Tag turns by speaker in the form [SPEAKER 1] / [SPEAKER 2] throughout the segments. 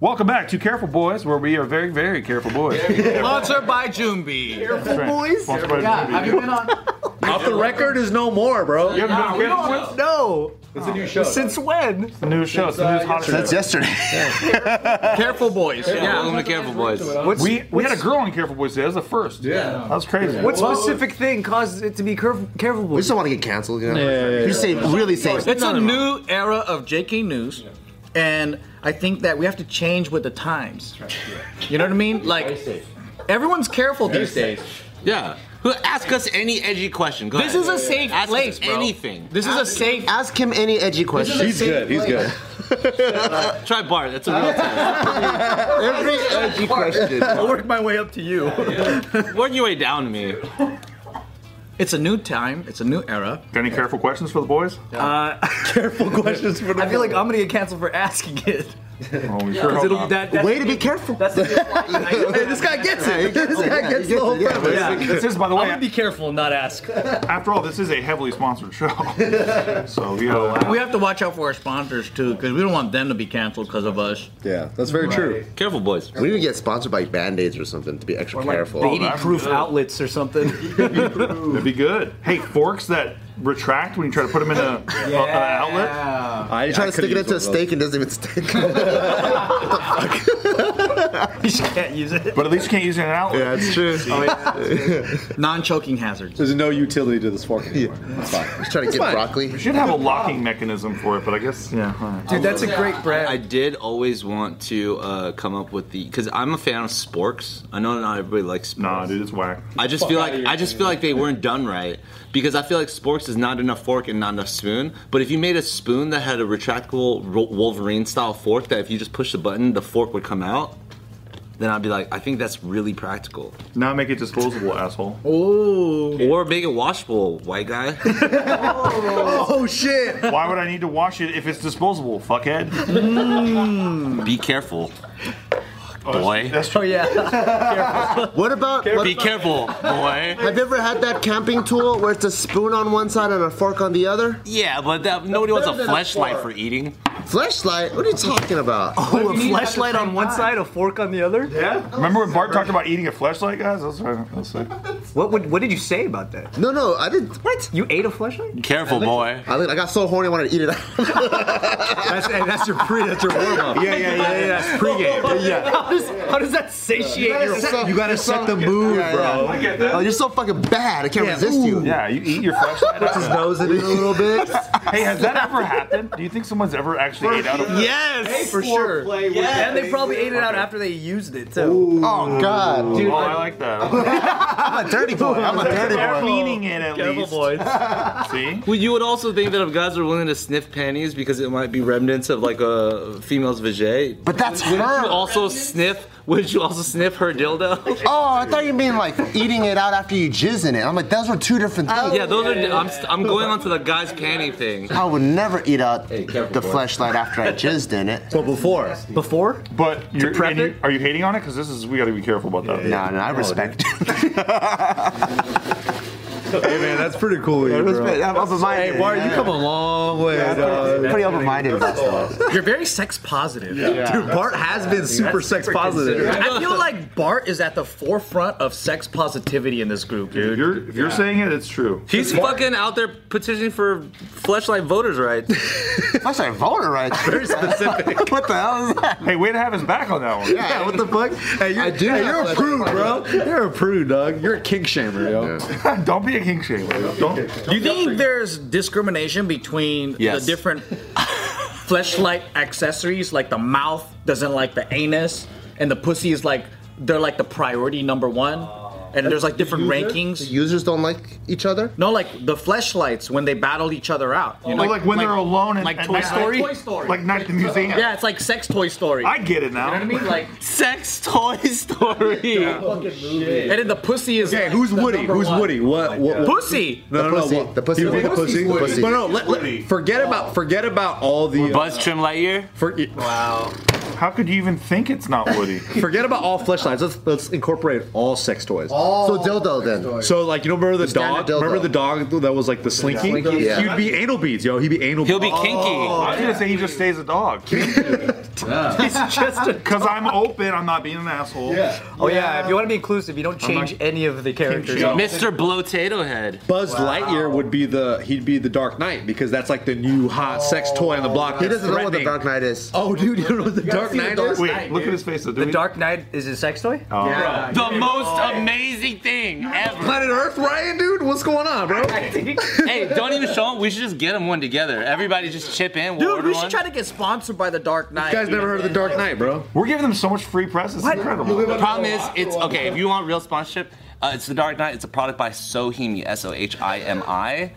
[SPEAKER 1] Welcome back to Careful Boys, where we are very, very careful boys.
[SPEAKER 2] Sponsored by Jumbi.
[SPEAKER 1] That's right.
[SPEAKER 3] Boys?
[SPEAKER 1] Sponsored by
[SPEAKER 4] Yeah,
[SPEAKER 1] Jimmy.
[SPEAKER 4] have you been on?
[SPEAKER 2] Off the record is no more, bro.
[SPEAKER 1] You haven't been on Careful Boys?
[SPEAKER 3] No.
[SPEAKER 5] It's a new show.
[SPEAKER 3] Since when?
[SPEAKER 1] The newest show, it's the newest hottest
[SPEAKER 6] That's
[SPEAKER 1] show.
[SPEAKER 6] yesterday.
[SPEAKER 2] Careful boys.
[SPEAKER 5] Yeah,
[SPEAKER 2] Yeah.
[SPEAKER 5] I'm gonna careful, boys.
[SPEAKER 3] What's,
[SPEAKER 1] We, we had a girl on Careful Boys today. That was the first.
[SPEAKER 5] Yeah.
[SPEAKER 1] That was crazy.
[SPEAKER 3] what specific thing caused it to be careful? careful
[SPEAKER 4] We
[SPEAKER 3] boys?
[SPEAKER 4] just don't want to get canceled. You know?
[SPEAKER 2] Yeah, yeah, yeah.
[SPEAKER 4] You say really safe.
[SPEAKER 2] It's a new era of JK News, and I think that we have to change with the times. You know what I mean? Like, everyone's careful these days.
[SPEAKER 5] Yeah. Who- Ask us any edgy question. Go
[SPEAKER 2] This
[SPEAKER 5] ahead.
[SPEAKER 2] is a safe
[SPEAKER 5] Ask us
[SPEAKER 2] place, bro.
[SPEAKER 5] Anything.
[SPEAKER 2] This is a safe.
[SPEAKER 4] Ask him any edgy question.
[SPEAKER 2] He's good. He's good.
[SPEAKER 5] Try Bart. That's a real
[SPEAKER 4] Every edgy question.
[SPEAKER 3] I'll work my way up to you.
[SPEAKER 5] Work your way down to me.
[SPEAKER 2] It's a new time. It's a new era. Uh,
[SPEAKER 1] Got any careful questions for the boys?
[SPEAKER 3] I feel like I'm gonna get canceled for asking it.
[SPEAKER 1] Oh, we sure hope
[SPEAKER 3] It'll,
[SPEAKER 1] not.
[SPEAKER 3] that, that,
[SPEAKER 4] Way to be careful.
[SPEAKER 3] that's the
[SPEAKER 4] this guy gets it. This guy gets the whole thing.
[SPEAKER 3] yeah.
[SPEAKER 1] This is, by the
[SPEAKER 3] I'm gonna be
[SPEAKER 1] way,
[SPEAKER 3] careful and not ask.
[SPEAKER 1] after all, this is a heavily sponsored show. so we gotta laugh.
[SPEAKER 2] We have to watch out for our sponsors too, because we don't want them to be canceled because of us.
[SPEAKER 6] Yeah, that's very true.
[SPEAKER 5] Careful, boys.
[SPEAKER 4] We need to get sponsored by Band-Aids or something to be extra careful.
[SPEAKER 1] Oh,
[SPEAKER 3] Eighty
[SPEAKER 1] that's
[SPEAKER 3] proof
[SPEAKER 1] good.
[SPEAKER 3] outlets or something.
[SPEAKER 1] That'd be good. Hey, forks that retract when you try to put them in a, a- an outlet.
[SPEAKER 6] I,
[SPEAKER 4] Trying to stick it into a steak and doesn't even stick.
[SPEAKER 3] you just can't use it.
[SPEAKER 1] But at least you can't use it in an outlet.
[SPEAKER 4] That's true.
[SPEAKER 2] Non-choking hazards.
[SPEAKER 6] There's no utility to this fork anymore. It's fine.
[SPEAKER 4] Trying to get broccoli.
[SPEAKER 1] You should have a locking mechanism for it, but I guess yeah. all right.
[SPEAKER 3] Dude, that's a great brand.
[SPEAKER 5] I did always want to uh, come up with the because I'm a fan of sporks. I know not everybody likes sporks.
[SPEAKER 1] Nah, dude, it's whack.
[SPEAKER 5] I just feel like I just feel like they weren't done right because I feel like sporks is not enough fork and not enough spoon. But if you made a spoon that had a retractable Ro- Wolverine style fork that if you just push the button the fork would come out, then I'd be like, I think that's really practical.
[SPEAKER 1] Now make it disposable, asshole.
[SPEAKER 5] Or make it washable, white guy.
[SPEAKER 4] Oh shit!
[SPEAKER 1] Why would I need to wash it if it's disposable, fuckhead?
[SPEAKER 5] Be careful, boy.
[SPEAKER 1] That's true.
[SPEAKER 4] What about? What,
[SPEAKER 5] Be careful, boy.
[SPEAKER 4] have you ever had that camping tool where it's a spoon on one side and a fork on the other?
[SPEAKER 5] Yeah, but that, nobody wants a
[SPEAKER 4] better than a
[SPEAKER 5] fleshlight
[SPEAKER 4] fork.
[SPEAKER 5] for eating.
[SPEAKER 4] Fleshlight? What are you talking about?
[SPEAKER 3] Oh, a flashlight on one side, a fork on the other.
[SPEAKER 1] Yeah. Remember when Bart talked about eating a fleshlight, guys? That's right. That's right.
[SPEAKER 3] What would, what did you say about that?
[SPEAKER 4] No, no, I didn't. What?
[SPEAKER 3] You ate a flashlight?
[SPEAKER 5] Careful, boy.
[SPEAKER 4] I, think- I got so horny I wanted to eat it. out.
[SPEAKER 3] That's that's your pre that's your warm up.
[SPEAKER 1] Yeah, yeah, yeah, yeah.
[SPEAKER 3] pregame. yeah. How does, how does that satiate your?
[SPEAKER 6] You gotta set the mood,
[SPEAKER 4] Yeah,
[SPEAKER 6] bro.
[SPEAKER 4] yeah.
[SPEAKER 1] get that.
[SPEAKER 4] Oh, you're so fucking bad. I can't resist you.
[SPEAKER 1] Yeah, you eat your fleshlight. out.
[SPEAKER 4] Nose it in a little bit.
[SPEAKER 1] hey, has that ever happened? Do you think someone's ever actually ate out of?
[SPEAKER 3] Yes, for sure.
[SPEAKER 5] Yeah.
[SPEAKER 3] And they probably ate it out after they used it too.
[SPEAKER 4] Oh god, dude,
[SPEAKER 1] Oh, I like that.
[SPEAKER 4] I'm a dirty boy. I'm a dirty
[SPEAKER 1] They're
[SPEAKER 4] boy.
[SPEAKER 1] meaning it at least. See?
[SPEAKER 5] Well, you would also think that if guys are willing to sniff panties because it might be remnants of like a female's vajay,
[SPEAKER 4] But that's
[SPEAKER 5] would you
[SPEAKER 4] her.
[SPEAKER 5] also sniff? Would you also sniff her dildo?
[SPEAKER 4] Oh, I thought you mean like eating it out after you jizz in it. I'm like, those were two different things.
[SPEAKER 5] Oh. yeah, those are. I'm, st- I'm going on to the guy's panty thing.
[SPEAKER 4] I would never eat out
[SPEAKER 5] careful,
[SPEAKER 4] the
[SPEAKER 5] boy.
[SPEAKER 4] fleshlight after I jizzed in it.
[SPEAKER 6] But before,
[SPEAKER 3] Before?
[SPEAKER 1] But you're,
[SPEAKER 3] prep
[SPEAKER 1] and you-
[SPEAKER 3] it?
[SPEAKER 1] are you hating on it? Because this is we got to be careful about that.
[SPEAKER 4] No, no, I respect it.
[SPEAKER 6] hey man, that's pretty cool, of you, bro.
[SPEAKER 4] I'm open-minded.
[SPEAKER 6] Hey, Bart, you come a long way, dog.
[SPEAKER 4] Pretty open-minded about stuff.
[SPEAKER 2] You're very sex positive.
[SPEAKER 6] Dude, Bart has been super sex positive.
[SPEAKER 2] I feel like Bart is at the forefront of sex positivity in this group,
[SPEAKER 1] If
[SPEAKER 2] dude.
[SPEAKER 1] you're if you're saying it, it's true.
[SPEAKER 5] He's fucking out there petitioning for fleshlight voters' rights.
[SPEAKER 4] Fleshlight voter rights. Very specific. what the hell is that?
[SPEAKER 1] Hey, way to have his back on that one.
[SPEAKER 6] Yeah, what the fuck? Hey, you're,
[SPEAKER 4] I do
[SPEAKER 6] hey,
[SPEAKER 4] have
[SPEAKER 6] you're a
[SPEAKER 4] fleshlight
[SPEAKER 6] prude, bro. You're a prude, dog. You're a kink shamer, yo.
[SPEAKER 1] Don't be a king shamer. Don't.
[SPEAKER 2] Do you think there's discrimination between
[SPEAKER 5] Yes.
[SPEAKER 2] the different fleshlight accessories? Like the mouth doesn't like the anus, and the pussy is like they're like the priority number one. And there's like different rankings.
[SPEAKER 4] Users don't like each other.
[SPEAKER 2] No, like the fleshlights when they battled each other out. You
[SPEAKER 1] Or
[SPEAKER 2] know,
[SPEAKER 1] like, when they're alone and
[SPEAKER 2] like
[SPEAKER 1] at
[SPEAKER 2] Toy
[SPEAKER 1] night,
[SPEAKER 2] Story.
[SPEAKER 1] Like, like not at the museum.
[SPEAKER 2] yeah, it's like sex Toy Story.
[SPEAKER 1] I get it now.
[SPEAKER 2] you know what I mean? Like,
[SPEAKER 5] Sex toy story.
[SPEAKER 2] and then the pussy is
[SPEAKER 6] Okay,
[SPEAKER 2] like,
[SPEAKER 6] who's
[SPEAKER 2] the
[SPEAKER 6] Woody?
[SPEAKER 2] number
[SPEAKER 6] Who's
[SPEAKER 2] one.
[SPEAKER 6] Woody? What? What? what-
[SPEAKER 2] Pussy.
[SPEAKER 6] No, no,
[SPEAKER 4] pussy.
[SPEAKER 6] no. what-
[SPEAKER 4] The pussy.
[SPEAKER 6] He was the
[SPEAKER 4] The pussy's
[SPEAKER 6] pussy.
[SPEAKER 4] Woody.
[SPEAKER 6] Pussy. No, no. Let, let, forget about forget about all the. Uh,
[SPEAKER 5] Buzz Trim Lightyear.
[SPEAKER 6] for,
[SPEAKER 1] How could you even think it's not Woody?
[SPEAKER 6] forget about all fleshlights. Let's let's incorporate all sex toys.
[SPEAKER 4] So dildo then.
[SPEAKER 6] So like you know, remember the,
[SPEAKER 4] standard
[SPEAKER 6] dog?
[SPEAKER 4] dildo.
[SPEAKER 6] Remember the dog that was like the slinky?
[SPEAKER 4] Yeah.
[SPEAKER 6] He'd be anal beads, yo. He'd be anal.
[SPEAKER 5] He'll be
[SPEAKER 1] Oh.
[SPEAKER 6] beads.
[SPEAKER 5] kinky.
[SPEAKER 1] I was gonna say he just stays a dog.
[SPEAKER 3] it's just a.
[SPEAKER 1] Because I'm open, I'm not being an asshole.
[SPEAKER 3] Oh yeah, if you want to be inclusive, you don't change any of the characters.
[SPEAKER 1] Kimchi.
[SPEAKER 5] Mr. Blow Tato Head.
[SPEAKER 6] Buzz Lightyear would be the he'd be the Dark Knight because that's like the new hot sex toy on the block.
[SPEAKER 4] He doesn't know what the
[SPEAKER 6] threatening.
[SPEAKER 4] Dark Knight is.
[SPEAKER 6] Oh, dude, you don't know what the Dark
[SPEAKER 4] see the
[SPEAKER 6] Knight
[SPEAKER 4] Dark
[SPEAKER 6] is?
[SPEAKER 1] Wait,
[SPEAKER 4] Knight,
[SPEAKER 1] look at his face. Though.
[SPEAKER 3] The Dark Knight is his sex toy.
[SPEAKER 1] Oh.
[SPEAKER 4] Yeah.
[SPEAKER 5] The most amazing thing ever.
[SPEAKER 6] Planet Earth, Ryan, dude, what's going on, bro?
[SPEAKER 5] hey, don't even show them. We should just get them one together. Everybody just chip in. We'll
[SPEAKER 2] Dude,
[SPEAKER 5] order
[SPEAKER 2] we should
[SPEAKER 5] one.
[SPEAKER 2] try to get sponsored by the Dark Knight.
[SPEAKER 6] You guys never heard of the Dark Knight, bro?
[SPEAKER 1] We're giving them so much free press. It's
[SPEAKER 5] The
[SPEAKER 1] incredible.
[SPEAKER 5] problem is, it's okay. If you want real sponsorship, uh, it's the Dark Knight. It's a product by Sohimi, S O H I M I.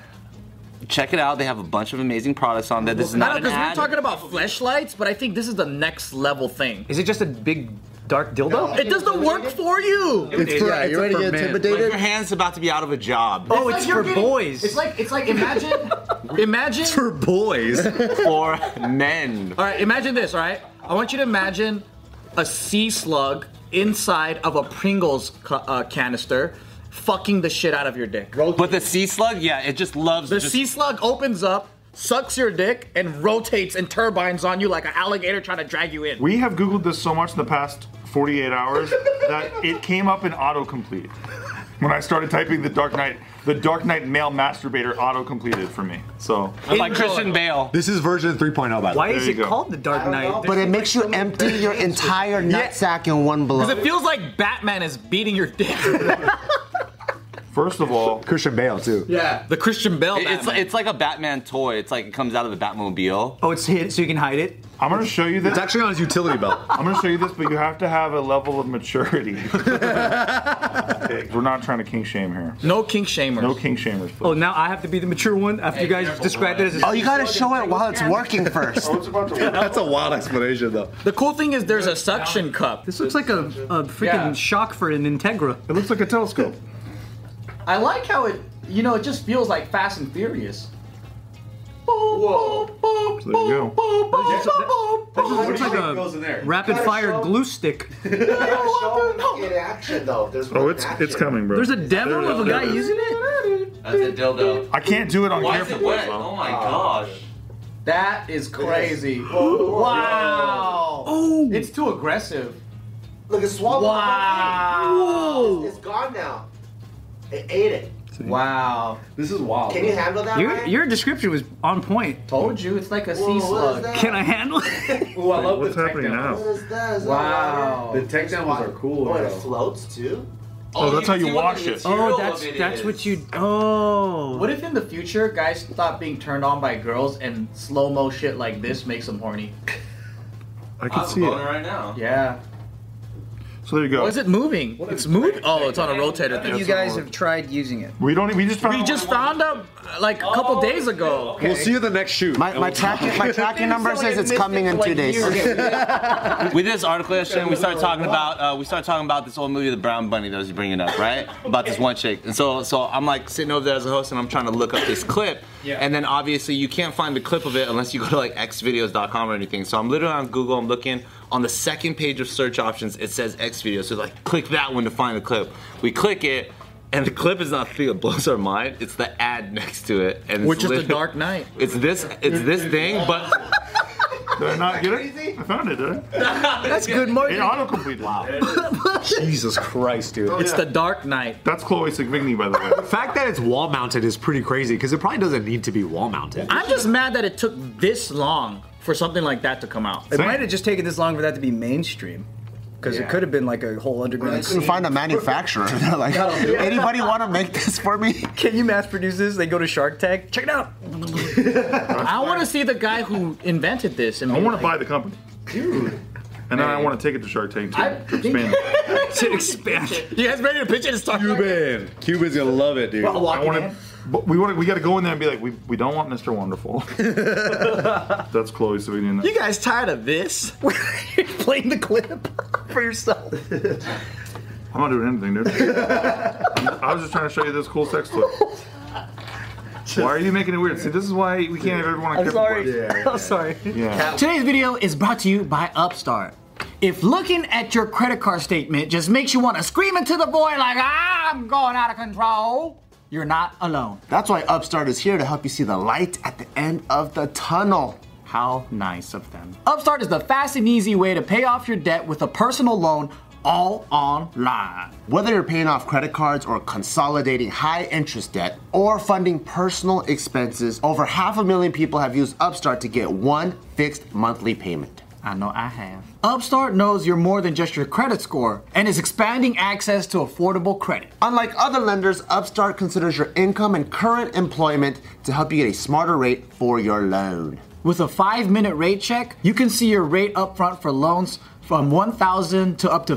[SPEAKER 5] Check it out. They have a bunch of amazing products on there. This is
[SPEAKER 2] I
[SPEAKER 5] not
[SPEAKER 2] don't
[SPEAKER 5] an
[SPEAKER 2] because we're
[SPEAKER 5] ad.
[SPEAKER 2] talking about fleshlights, but I think this is the next level thing.
[SPEAKER 3] Is it just a big dark dildo?
[SPEAKER 2] It doesn't work for you.
[SPEAKER 4] It's for,
[SPEAKER 6] Yeah,
[SPEAKER 4] it's
[SPEAKER 6] you're ready
[SPEAKER 4] for
[SPEAKER 6] to get
[SPEAKER 4] men.
[SPEAKER 5] Like,
[SPEAKER 6] intimidated?
[SPEAKER 5] your hand's about to be out of a job
[SPEAKER 3] Oh, it's for boys.
[SPEAKER 2] It's like it's like imagine, imagine.
[SPEAKER 6] For boys.
[SPEAKER 5] for men.
[SPEAKER 2] All right, imagine this. All right, I want you to imagine a sea slug inside of a Pringles ca- uh, canister, fucking the shit out of your dick.
[SPEAKER 5] But the sea slug, yeah, it just loves
[SPEAKER 2] The
[SPEAKER 5] just
[SPEAKER 2] sea slug opens up, sucks your dick, and rotates and turbines on you like an alligator trying to drag you in.
[SPEAKER 1] We have Googled this so much in the past 48 hours that it came up in autocomplete. When I started typing the Dark Knight, the Dark Knight male masturbator auto-completed for me. So
[SPEAKER 5] like
[SPEAKER 2] Enjoy.
[SPEAKER 5] Christian Bale.
[SPEAKER 6] this is version 3.0, by the
[SPEAKER 3] Why
[SPEAKER 1] There
[SPEAKER 3] is
[SPEAKER 1] you
[SPEAKER 3] it
[SPEAKER 1] go.
[SPEAKER 3] called the Dark Knight?
[SPEAKER 4] But it makes you empty your entire nutsack in one blow.
[SPEAKER 2] Because it feels like Batman is beating your dick.
[SPEAKER 1] first of all,
[SPEAKER 6] Christian Bale, too.
[SPEAKER 2] Yeah. The Christian Bell.
[SPEAKER 5] It- It's, it's like a Batman toy. It's like it comes out of the Batmobile.
[SPEAKER 3] Oh, it's hid, so you can hide it.
[SPEAKER 1] I'm gonna show you
[SPEAKER 6] It's
[SPEAKER 1] this.
[SPEAKER 6] actually on his utility belt.
[SPEAKER 1] I'm gonna show you this, but you have to have a level of maturity. Okay, We're not trying to king shame here.
[SPEAKER 2] no kink shamers.
[SPEAKER 1] No king shamers.
[SPEAKER 3] Oh,
[SPEAKER 1] Please.
[SPEAKER 3] now I have to be the mature one after you guys described it as a.
[SPEAKER 4] Oh, you gotta show it while it's working first.
[SPEAKER 1] it's about to work.
[SPEAKER 6] That's a wild explanation, though.
[SPEAKER 2] The cool thing is there's a suction cup.
[SPEAKER 3] This looks like a, a freaking
[SPEAKER 2] Yeah.
[SPEAKER 3] shock for an Integra.
[SPEAKER 1] It looks like a telescope.
[SPEAKER 2] I like how it, you know, it just feels like Fast and Furious. Whoa.
[SPEAKER 1] There you go.
[SPEAKER 3] This just looks like a rapid fire glue stick.
[SPEAKER 4] In action though, there's
[SPEAKER 1] Oh, it's it's coming, bro.
[SPEAKER 3] There's a demo of a guy using it.
[SPEAKER 5] That's a dildo.
[SPEAKER 1] I can't do it on
[SPEAKER 5] Why is
[SPEAKER 1] camera.
[SPEAKER 5] it wet? Oh my gosh.
[SPEAKER 2] That is crazy. wow.
[SPEAKER 3] Oh.
[SPEAKER 2] It's too aggressive.
[SPEAKER 4] Look, it's swallowed.
[SPEAKER 2] Wow.
[SPEAKER 4] It's gone now. It ate it.
[SPEAKER 2] Wow.
[SPEAKER 6] This is wild.
[SPEAKER 4] Can you handle that?
[SPEAKER 3] Your your description was on point.
[SPEAKER 2] Told you, it's like a sea
[SPEAKER 4] Whoa, what is
[SPEAKER 2] slug.
[SPEAKER 4] that?
[SPEAKER 3] Can I handle it?
[SPEAKER 7] Ooh, I love
[SPEAKER 1] What's
[SPEAKER 7] the tech
[SPEAKER 1] happening
[SPEAKER 7] demo.
[SPEAKER 1] now?
[SPEAKER 4] is that? Is that
[SPEAKER 2] Wow.
[SPEAKER 4] water?
[SPEAKER 7] The tech demos are cool,
[SPEAKER 4] Oh, and it
[SPEAKER 7] bro.
[SPEAKER 4] floats too.
[SPEAKER 1] Oh, that's how you wash it.
[SPEAKER 3] Oh, that's that's what you. Oh.
[SPEAKER 2] What if in the future guys stop being turned on by girls and slow mo shit like this makes them horny?
[SPEAKER 1] I can
[SPEAKER 5] I'm
[SPEAKER 1] see
[SPEAKER 5] boner
[SPEAKER 1] it.
[SPEAKER 5] right now.
[SPEAKER 2] Yeah.
[SPEAKER 1] So there you go.
[SPEAKER 2] Oh, is it moving? It's moving. Oh, it's on a rotator thing.
[SPEAKER 1] you guys have
[SPEAKER 3] tried using it.
[SPEAKER 1] We don't. e-, We just found.
[SPEAKER 2] We just found out uh, like a
[SPEAKER 4] Oh,
[SPEAKER 2] couple days ago.
[SPEAKER 6] We'll see you the next shoot.
[SPEAKER 4] My, my tracking my tracking number says it's coming in two days.
[SPEAKER 5] With this article yesterday, we started talking about uh, we started talking about this old movie, The Brown Bunny, that I was bringing up, right? About this one chick, and so so I'm like sitting over there as a host, and I'm trying to look up this clip, and then obviously you can't find the clip of it unless you go to like xvideos.com or anything. So I'm literally on Google, I'm looking on the second page of search options, it says xvideos, so like click that one to find the clip. We click it. And the clip is not the thing that blows our mind. It's the ad next to it, and it's
[SPEAKER 2] Which is the
[SPEAKER 5] literally-
[SPEAKER 2] Dark Knight.
[SPEAKER 5] It's this. It's this thing, but
[SPEAKER 1] Did I not get it? I found it. Did I?
[SPEAKER 3] That's good
[SPEAKER 1] It
[SPEAKER 3] marketing.
[SPEAKER 1] auto-completed. Wow.
[SPEAKER 6] Jesus Christ, dude.
[SPEAKER 2] It's the Dark Knight.
[SPEAKER 1] That's Chloe Sevigny, by the way.
[SPEAKER 6] The fact that it's wall mounted is pretty crazy because it probably doesn't need to be wall mounted.
[SPEAKER 2] I'm just mad that it took this long for something like that to come out.
[SPEAKER 3] It might have just taken this long for that to be mainstream, because it could have been like a whole
[SPEAKER 4] I
[SPEAKER 3] underground.
[SPEAKER 4] couldn't find a manufacturer. They're like, anybody want to make this for me?
[SPEAKER 3] Can you mass produce this? They go to Shark Tank. Check it out.
[SPEAKER 2] I want to see the guy who invented this. And
[SPEAKER 1] I want to
[SPEAKER 2] to
[SPEAKER 1] buy the company. Dude. And then I want to take it to Shark Tank too.
[SPEAKER 2] I
[SPEAKER 1] to
[SPEAKER 2] think-
[SPEAKER 1] expand. it.
[SPEAKER 3] To expand.
[SPEAKER 2] You guys ready to pitch it and start?
[SPEAKER 6] Cuban. Cuban's gonna love it, dude.
[SPEAKER 1] I want to. But we want to. We got to go in there and be like, we, we don't want Mr. Wonderful. That's Chloe Sevigny.
[SPEAKER 2] You guys tired of this? You're playing the clip for yourself.
[SPEAKER 1] I'm not doing anything, dude. I was just trying to show you this cool sex clip. Why are you making it weird? See, this is why we can't have everyone on
[SPEAKER 3] I'm
[SPEAKER 1] camera.
[SPEAKER 3] sorry. I'm sorry.
[SPEAKER 1] Yeah.
[SPEAKER 2] Today's video is brought to you by Upstart. If looking at your credit card statement just makes you want to scream into the void like I'm going out of control, you're not alone.
[SPEAKER 4] That's why Upstart is here to help you see the light at the end of the tunnel.
[SPEAKER 2] How nice of them. Upstart is the fast and easy way to pay off your debt with a personal loan all online.
[SPEAKER 4] Whether you're paying off credit cards or consolidating high interest debt or funding personal expenses, over half a million people have used Upstart to get one fixed monthly payment.
[SPEAKER 2] I know I have. Upstart knows you're more than just your credit score and is expanding access to affordable credit.
[SPEAKER 4] Unlike other lenders, Upstart considers your income and current employment to help you get a smarter rate for your loan.
[SPEAKER 2] With a five minute rate check, you can see your rate upfront for loans from $1,000 to up to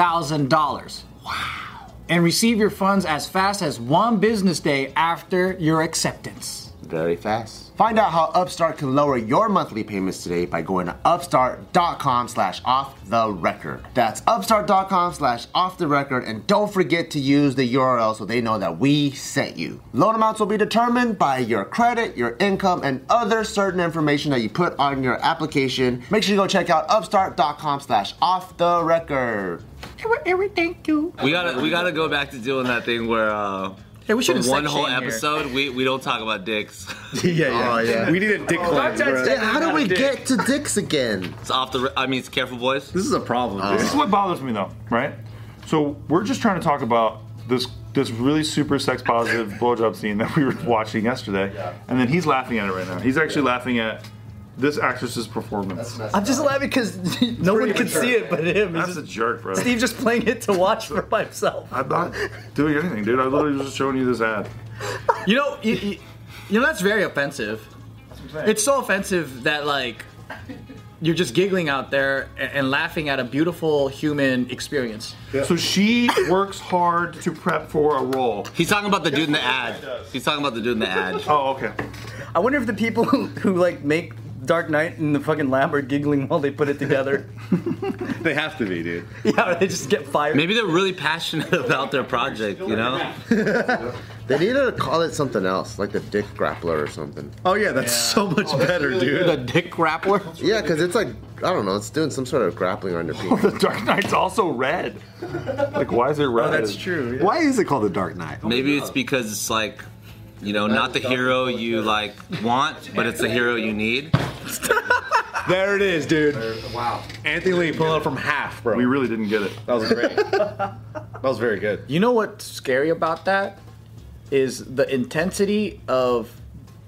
[SPEAKER 2] $50,000. Wow. And receive your funds as fast as one business day after your acceptance.
[SPEAKER 4] Very fast. Find out how Upstart can lower your monthly payments today by going to upstart.com slash off the record. That's upstart.com slash off the record, and don't forget to use the URL so they know that we sent you. Loan amounts will be determined by your credit, your income, and other certain information that you put on your application. Make sure you go check out upstart.com slash off the record.
[SPEAKER 5] We gotta we gotta go back to doing that thing where uh
[SPEAKER 2] Hey, we shouldn't
[SPEAKER 5] for one
[SPEAKER 2] sex
[SPEAKER 5] whole
[SPEAKER 2] shame here.
[SPEAKER 5] episode we, we don't talk about dicks.
[SPEAKER 6] yeah, yeah.
[SPEAKER 4] Oh, yeah.
[SPEAKER 6] We need a dick cleanse, bro.
[SPEAKER 4] Yeah, how do we get to dicks again?
[SPEAKER 5] It's off the. re- I mean, it's careful, boys.
[SPEAKER 6] This is a problem.
[SPEAKER 4] Oh,
[SPEAKER 6] dude.
[SPEAKER 1] This is what bothers me though, right? So we're just trying to talk about this this really super sex positive blowjob scene that we were watching yesterday, and then he's laughing at it right now. He's actually laughing at this actress's performance. That's,
[SPEAKER 2] I'm just laughing because Uh, no one can see it but him. It's
[SPEAKER 1] a
[SPEAKER 2] just-
[SPEAKER 1] jerk, bro.
[SPEAKER 2] Steve just playing it to watch for myself.
[SPEAKER 1] I'm not doing anything, dude. I literally was just showing you this ad.
[SPEAKER 2] You know, you, you, you know that's very offensive. It's so offensive that like you're just giggling out there a- and, laughing at a beautiful human experience.
[SPEAKER 1] So she works hard to prep for a role.
[SPEAKER 5] He's talking about the dude in the ad. He's talking about the dude in the ad.
[SPEAKER 1] Oh, okay.
[SPEAKER 7] I wonder if the people who, who like make Dark Knight and the fucking lab are giggling while they put it together.
[SPEAKER 6] They have to be, dude.
[SPEAKER 7] yeah, or they just get fired.
[SPEAKER 5] Maybe they're really passionate about their project. You know.
[SPEAKER 4] They need to call it something else, like the dick grappler or something.
[SPEAKER 6] Oh yeah, that's so much better, dude.
[SPEAKER 2] The dick grappler.
[SPEAKER 4] Yeah, because it's like, I don't know, it's doing some sort of grappling on your penis.
[SPEAKER 1] The Dark Knight's also red. Like, why is it red?
[SPEAKER 7] Oh, true.
[SPEAKER 8] Why is it called the Dark Knight?
[SPEAKER 5] Maybe it's because it's like, you know, not the hero you like want, but it's the hero you need.
[SPEAKER 6] There it is, dude. Wow. Anthony Lee pulling up from half, bro.
[SPEAKER 1] We really didn't get it.
[SPEAKER 7] Oh.
[SPEAKER 6] that was great. that was very good.
[SPEAKER 2] You know what's scary about that is the intensity of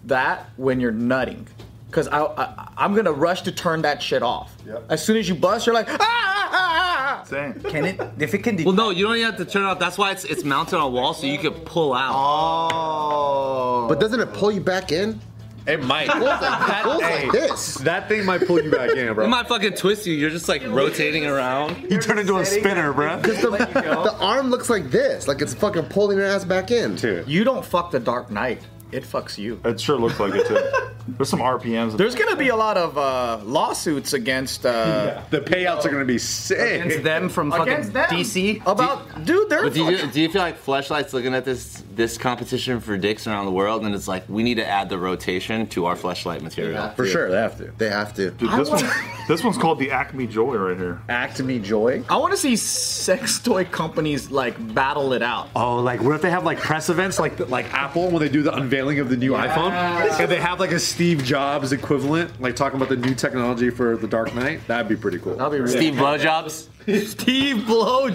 [SPEAKER 2] that when you're nutting. Cause I, I I'm gonna rush to turn that shit off.
[SPEAKER 1] Yep.
[SPEAKER 2] As soon as you bust, you're like ah, ah, ah, ah.
[SPEAKER 1] Same.
[SPEAKER 7] Can it? If it can. De-
[SPEAKER 5] Well, no, you don't even have to turn it off. That's why it's it's mounted on a wall, so you can pull out.
[SPEAKER 4] Oh. But doesn't it pull you back in?
[SPEAKER 6] It might.
[SPEAKER 4] Pulls
[SPEAKER 6] Hey.
[SPEAKER 4] like this.
[SPEAKER 6] that thing might pull you back in,
[SPEAKER 5] It
[SPEAKER 6] bro.
[SPEAKER 5] might fucking twist you. You're just like rotating around.
[SPEAKER 8] You turn into a spinner, bro.
[SPEAKER 4] The arm looks like this, like it's fucking pulling your ass back in.
[SPEAKER 6] Dude.
[SPEAKER 2] You don't fuck the Dark Knight. It fucks you.
[SPEAKER 1] It sure looks like it too. There's some RPMs.
[SPEAKER 2] There's gonna be a lot of uh, lawsuits against uh,
[SPEAKER 6] The payouts are gonna be sick.
[SPEAKER 2] them from fucking
[SPEAKER 7] Against them.
[SPEAKER 2] DC about dude. They're
[SPEAKER 5] But do you,
[SPEAKER 2] fucking-
[SPEAKER 5] do you feel like Fleshlight's looking at this this competition for dicks around the world, and it's like we need to add the rotation to our Fleshlight material?
[SPEAKER 6] For sure, they have to.
[SPEAKER 4] They have to.
[SPEAKER 1] Dude, this, one, this one's called the Acme Joy right here.
[SPEAKER 6] Act me joy.
[SPEAKER 2] I want to see sex toy companies like battle it out.
[SPEAKER 8] Oh, like what if they have like press events, like
[SPEAKER 6] Like like Apple when they do the unveiling of the new iPhone, and they have like a Steve Jobs equivalent, like talking about the new technology for the Dark Knight. That'd be pretty cool.
[SPEAKER 2] That'll be really
[SPEAKER 5] Steve blowjobs.
[SPEAKER 2] Steve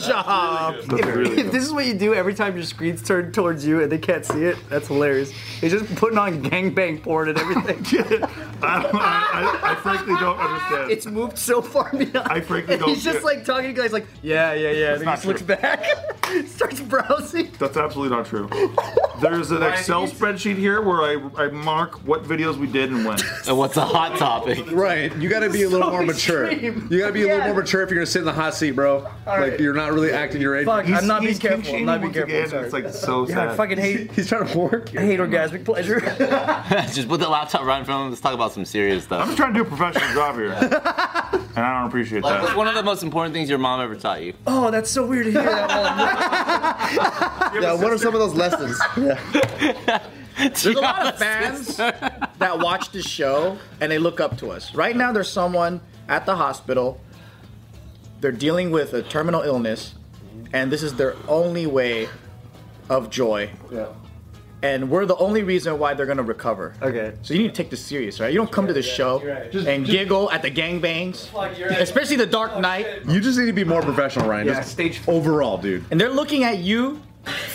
[SPEAKER 2] blowjob.
[SPEAKER 1] That's really
[SPEAKER 7] if this is what you do every time your screen's turned towards you and they can't see it, that's hilarious. It's just putting on gangbang porn and everything.
[SPEAKER 1] I, don't- I, I, I frankly don't understand.
[SPEAKER 7] it's moved so far beyond.
[SPEAKER 1] I frankly
[SPEAKER 7] and
[SPEAKER 1] don't
[SPEAKER 7] He's just
[SPEAKER 1] get-
[SPEAKER 7] like talking to guys like, yeah, yeah, yeah. And he
[SPEAKER 1] not
[SPEAKER 7] just looks
[SPEAKER 1] true.
[SPEAKER 7] back, starts browsing.
[SPEAKER 1] That's absolutely not true. There's an Excel spreadsheet here where I, I mark what videos we did and when.
[SPEAKER 5] And what's a hot topic?
[SPEAKER 6] Right, you got to be a little
[SPEAKER 7] So
[SPEAKER 6] more mature.
[SPEAKER 7] extreme.
[SPEAKER 6] You got to be a
[SPEAKER 7] Yeah.
[SPEAKER 6] little more mature if you're gonna sit in the hot seat, bro. like
[SPEAKER 7] right.
[SPEAKER 6] you're not really acting your age.
[SPEAKER 7] Fuck,
[SPEAKER 1] He's-
[SPEAKER 7] I'm not being
[SPEAKER 1] he's
[SPEAKER 7] careful. I'm
[SPEAKER 1] pinching
[SPEAKER 7] not being
[SPEAKER 1] once
[SPEAKER 7] careful.
[SPEAKER 1] again,
[SPEAKER 7] sorry.
[SPEAKER 1] It's like so
[SPEAKER 7] yeah,
[SPEAKER 1] sad.
[SPEAKER 7] I fucking hate.
[SPEAKER 6] He's trying to work.
[SPEAKER 7] I hate orgasmic pleasure.
[SPEAKER 5] Just put the laptop right in front of him. Let's talk about some serious
[SPEAKER 1] I'm
[SPEAKER 5] stuff.
[SPEAKER 1] trying to do a professional job here, and I don't appreciate
[SPEAKER 5] Like,
[SPEAKER 1] that.
[SPEAKER 5] what's one of the most important things your mom ever taught you?
[SPEAKER 7] oh, that's so weird to hear that. While I'm
[SPEAKER 4] Yeah, what are some of those lessons?
[SPEAKER 2] There's a lot of fans that watch the show and they look up to us. Right now, there's someone at the hospital. They're dealing with a terminal illness, and this is their only way of joy. and we're the only reason why they're gonna recover.
[SPEAKER 7] Okay.
[SPEAKER 2] So you need to take this serious, right? You don't come to the show
[SPEAKER 7] right.
[SPEAKER 2] and giggle at the gangbangs, especially the
[SPEAKER 7] Oh,
[SPEAKER 2] Dark Knight,
[SPEAKER 6] You just need to be more professional, Ryan.
[SPEAKER 7] Yeah,
[SPEAKER 6] Just
[SPEAKER 7] stage-
[SPEAKER 6] overall, dude.
[SPEAKER 2] and they're looking at you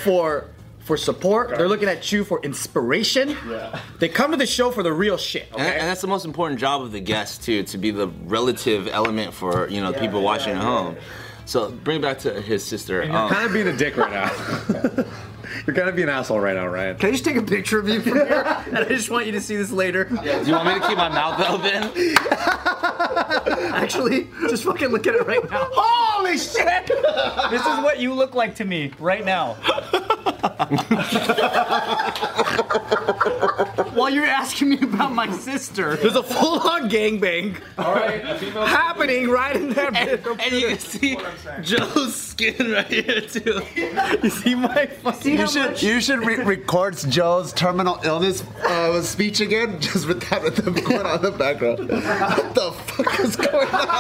[SPEAKER 2] for for support. They're looking at you for inspiration. Yeah. They come to the show for the real shit.
[SPEAKER 7] Oh,
[SPEAKER 5] And, and that's the most important job of the guest too, to be the relative element for you know the people watching at home. So bring back to his sister.
[SPEAKER 7] Oh.
[SPEAKER 5] um,
[SPEAKER 6] Kind of being a dick right now. You're kind of being an asshole right now, Ryan.
[SPEAKER 7] Can I just take a picture of you from here? and I just want you to see this later.
[SPEAKER 5] do you want me to keep my mouth open?
[SPEAKER 7] Actually, just fucking look at it right now.
[SPEAKER 2] Holy shit!
[SPEAKER 7] This is what you look like to me right now. While you're asking me about my sister.
[SPEAKER 2] There's a full-on gangbang happening right in there.
[SPEAKER 5] And you can see Joe's skin right here too.
[SPEAKER 7] You see my fucking.
[SPEAKER 4] You should you should re- record Joe's terminal illness uh, speech again, just with that with them going on in the background. What the fuck is going on?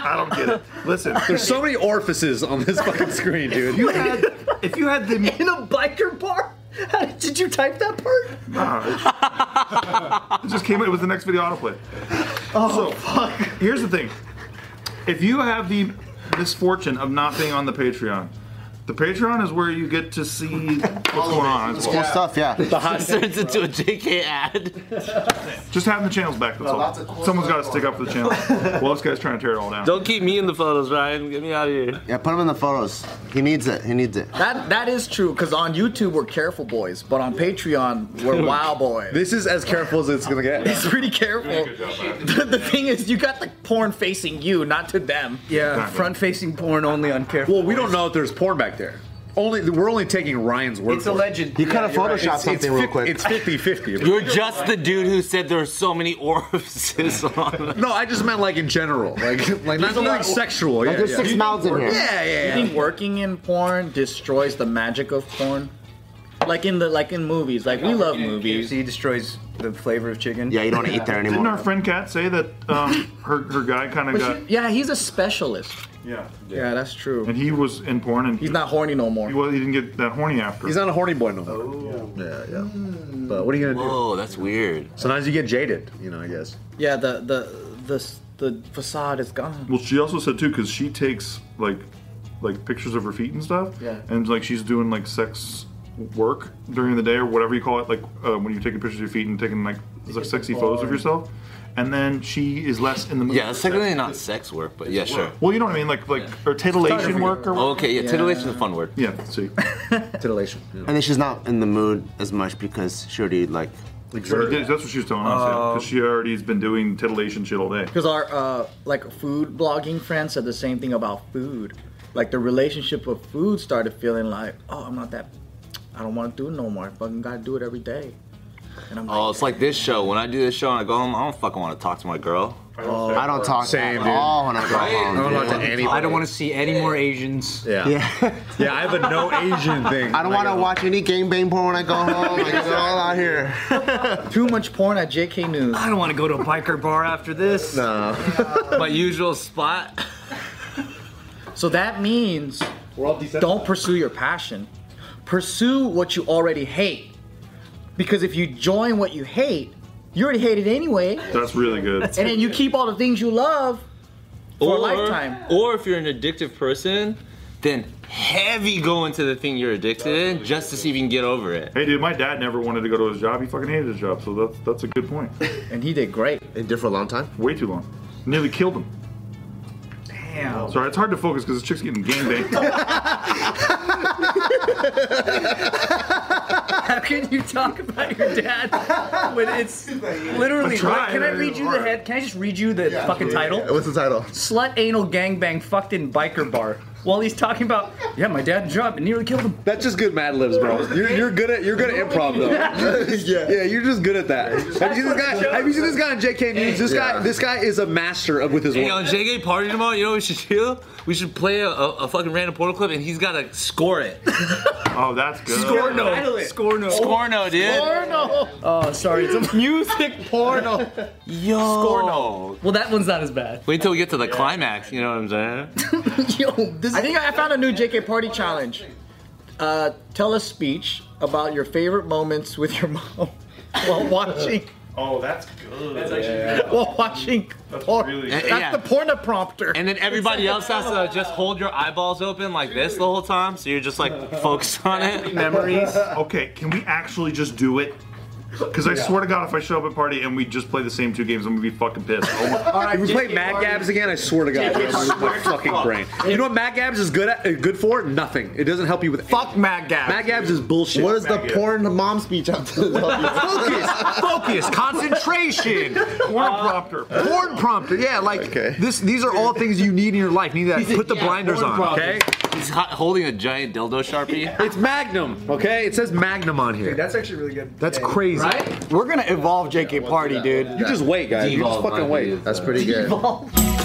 [SPEAKER 1] I don't get it. Listen,
[SPEAKER 6] There's so many orifices on this fucking screen, dude.
[SPEAKER 7] if you had the in a biker bar, how did, did you type that part?
[SPEAKER 1] It just came in. It was the next video autoplay. Oh, so, fuck. Here's the thing. If you have the misfortune of not being on the Patreon, the Patreon is where you get to see what's going on. as well.
[SPEAKER 4] Cool stuff, yeah.
[SPEAKER 5] Turns into a JK ad.
[SPEAKER 1] Just having the channels back. That's
[SPEAKER 4] lots of
[SPEAKER 1] all.
[SPEAKER 4] cool
[SPEAKER 1] Someone's got
[SPEAKER 4] stuff
[SPEAKER 1] to stick up for the channel. well, this guy's trying to tear it all down.
[SPEAKER 5] Don't keep me in the photos, Ryan. Get me out of here.
[SPEAKER 4] Yeah, put him in the photos. He needs it. He needs it.
[SPEAKER 2] That that is true because on YouTube we're careful boys, but on Patreon we're wild boys.
[SPEAKER 6] This is as careful as it's gonna get.
[SPEAKER 2] It's pretty careful. The, the thing is, you got the porn facing you, not to them.
[SPEAKER 7] Yeah, front facing porn only on careful.
[SPEAKER 6] Well, we don't know if there's porn back there. Only we're only taking Ryan's word.
[SPEAKER 7] It's a
[SPEAKER 6] for it.
[SPEAKER 7] legend.
[SPEAKER 4] You could have
[SPEAKER 7] you're right.
[SPEAKER 4] photoshopped something
[SPEAKER 6] It's
[SPEAKER 4] real
[SPEAKER 6] fif-
[SPEAKER 4] quick.
[SPEAKER 6] It's 50-50.
[SPEAKER 5] You're just the dude who said there are so many orifices on.
[SPEAKER 6] No, I just meant like in general, like like not nothing sexual. Yeah,
[SPEAKER 4] There's
[SPEAKER 6] yeah.
[SPEAKER 4] six mouths in here.
[SPEAKER 6] yeah,
[SPEAKER 2] You
[SPEAKER 6] yeah, yeah.
[SPEAKER 2] think working in porn destroys the magic of porn? Like in the like in movies, like we love movies.
[SPEAKER 7] KFC destroys the flavor of chicken.
[SPEAKER 4] Yeah, you don't want to eat there
[SPEAKER 1] Didn't our
[SPEAKER 4] anymore.
[SPEAKER 1] friend Kat say that um, her, her guy kind of got.
[SPEAKER 2] Yeah, he's a specialist.
[SPEAKER 1] yeah.
[SPEAKER 2] Yeah, that's true.
[SPEAKER 1] And he was in porn and
[SPEAKER 2] He's not horny no more.
[SPEAKER 1] he, was, he didn't get that horny after.
[SPEAKER 6] He's not a horny boy no more. Yeah, yeah. But what are you gonna do?
[SPEAKER 5] Whoa, Oh, that's weird.
[SPEAKER 6] Sometimes you get jaded, you know. I guess.
[SPEAKER 2] Yeah, the the the the facade is gone.
[SPEAKER 1] Well, she also said too, because she takes like, like pictures of her feet and stuff.
[SPEAKER 2] Yeah.
[SPEAKER 1] And like she's doing like sex work during the day or whatever you call it, like uh, when you're taking pictures of your feet and taking like se- sexy photos of yourself, and then she is less in the mood. for
[SPEAKER 5] Yeah, that's
[SPEAKER 1] sex.
[SPEAKER 5] technically not sex work, but yeah, sure.
[SPEAKER 1] Well, you know what I mean, like like or titillation work or.
[SPEAKER 5] Okay, yeah, titillation is a fun word.
[SPEAKER 1] Yeah. See.
[SPEAKER 6] Titillation. Yeah.
[SPEAKER 4] And then she's not in the mood as much because she already like
[SPEAKER 1] That's what she was telling us because she already has been doing titillation shit all day.
[SPEAKER 2] Because our uh, like food blogging friends said the same thing about food. Like the relationship with food started feeling like, oh, I'm not that. I don't want to do it no more. I fucking gotta do it every day. And I'm like,
[SPEAKER 5] Oh, it's like this show. When I do this show and I go home, I don't fucking want to talk to my girl.
[SPEAKER 4] I don't talk
[SPEAKER 6] oh, Same,
[SPEAKER 4] at
[SPEAKER 6] dude.
[SPEAKER 4] all when I go home.
[SPEAKER 6] I don't
[SPEAKER 4] dude.
[SPEAKER 6] want to any.
[SPEAKER 3] I don't want to see any more Asians.
[SPEAKER 6] Yeah.
[SPEAKER 4] Yeah.
[SPEAKER 6] Yeah, I have a no Asian thing. uh,
[SPEAKER 4] I don't want to watch any game bang porn when I go home. Like, it's all out here.
[SPEAKER 2] too much porn at JK News.
[SPEAKER 7] I don't want to go to a biker bar after this.
[SPEAKER 6] uh,
[SPEAKER 5] My usual spot.
[SPEAKER 2] So that means don't pursue your passion. Pursue what you already hate. Because if you join what you hate, you already hate it anyway.
[SPEAKER 1] That's really good.
[SPEAKER 2] And then you keep all the things you love. For a lifetime.
[SPEAKER 5] Or if you're an addictive person, then heavy go into the thing you're addicted in just to see if you can get over it.
[SPEAKER 1] Hey, dude, my dad never wanted to go to his job. He fucking hated his job, so that's that's a good point.
[SPEAKER 2] And he did great.
[SPEAKER 4] It did for a long time.
[SPEAKER 1] Way too long. Nearly killed him. Damn. Sorry, it's hard to focus because this chick's getting gangbanged.
[SPEAKER 7] How can you talk about your dad when it's literally?
[SPEAKER 1] I'm trying,
[SPEAKER 7] can I
[SPEAKER 1] man.
[SPEAKER 7] read you the head? Can I just read you the fucking title?
[SPEAKER 4] What's the title?
[SPEAKER 7] Slut anal gangbang fucked in biker bar. While he's talking about, yeah, my dad dropped and nearly killed him.
[SPEAKER 6] That's just good Mad Libs, bro. You're, you're good at you're good at improv though. yeah. yeah, you're just good at that. Have you seen this guy? Have you seen this guy on JK News? This guy, this guy is a master of with his
[SPEAKER 5] Hey, on
[SPEAKER 6] work.
[SPEAKER 5] JK Party tomorrow, you know what we should do? We should play a, a, a fucking random portal clip and he's got to score it.
[SPEAKER 1] oh, that's good.
[SPEAKER 7] Porno. Score no.
[SPEAKER 5] Porno, dude.
[SPEAKER 7] Oh, sorry. It's a music porno.
[SPEAKER 5] Yo. Scorno.
[SPEAKER 7] Well, that one's not as bad.
[SPEAKER 5] Wait till we get to the climax, you know what I'm saying?
[SPEAKER 2] Yo, this I think I found a new JK Party challenge. uh, tell a speech about your favorite moments with your mom while watching
[SPEAKER 1] Oh, that's good. That's
[SPEAKER 2] while watching porn.
[SPEAKER 1] really
[SPEAKER 5] And-
[SPEAKER 1] good.
[SPEAKER 2] That's
[SPEAKER 5] yeah.
[SPEAKER 2] the porno prompter.
[SPEAKER 5] And then everybody else has to just hold your eyeballs open like this the whole time, so you're just like focused on it.
[SPEAKER 7] Memories.
[SPEAKER 1] Okay, can we actually just do it? Because I swear to God, if I show up at party and we just play the same two games, I'm gonna be fucking pissed. Oh my-
[SPEAKER 6] If we play Mad Gabs again, I swear to God, I'm gonna lose my fucking brain. You know what Mad Gabs is good at? uh, Good for? Nothing. It doesn't help you with.
[SPEAKER 2] Fuck Mad Gab.
[SPEAKER 6] Mad Gabs is bullshit.
[SPEAKER 4] What is the
[SPEAKER 1] Maggot.
[SPEAKER 4] porn mom speech have to help you?
[SPEAKER 2] Focus, focus, concentration.
[SPEAKER 1] Porn prompter.
[SPEAKER 6] porn prompter? Yeah, like this. These are all things you need in your life. You need that. Put the blinders on. Okay.
[SPEAKER 5] He's ho- holding a giant dildo sharpie.
[SPEAKER 6] It's Magnum. Okay. It says Magnum on here.
[SPEAKER 7] That's actually really good.
[SPEAKER 6] That's crazy.
[SPEAKER 2] Right? We're gonna evolve JK Party, dude.
[SPEAKER 6] You just wait, guys. You just fucking wait.
[SPEAKER 4] That's pretty good.
[SPEAKER 2] Evolve.